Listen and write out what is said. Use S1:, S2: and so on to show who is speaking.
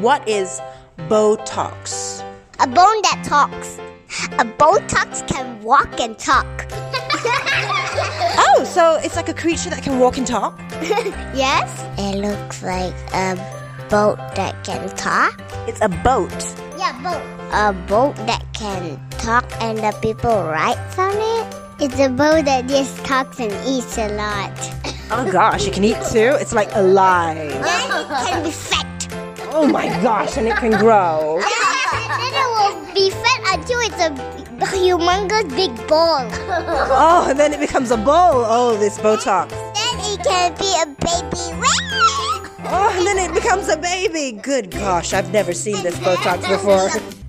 S1: What is Botox?
S2: A bone that talks. A Botox can walk and talk.
S1: Oh, so it's like a creature that can walk and talk?
S2: yes? It looks like a boat that can talk.
S1: It's a boat.
S2: Yeah, boat. A boat that can talk and the people writes on it. It's a boat that just talks and eats a lot.
S1: Oh gosh, it can eat too? It's like alive.
S2: And it can be fat.
S1: Oh my gosh, and it can grow.
S2: then it will be fat until it's a humongous big ball.
S1: Oh, and then it becomes a bowl. Oh, this Botox.
S2: then it can be a baby whale.
S1: Oh, and then it becomes a baby. Good gosh, I've never seen this Botox before.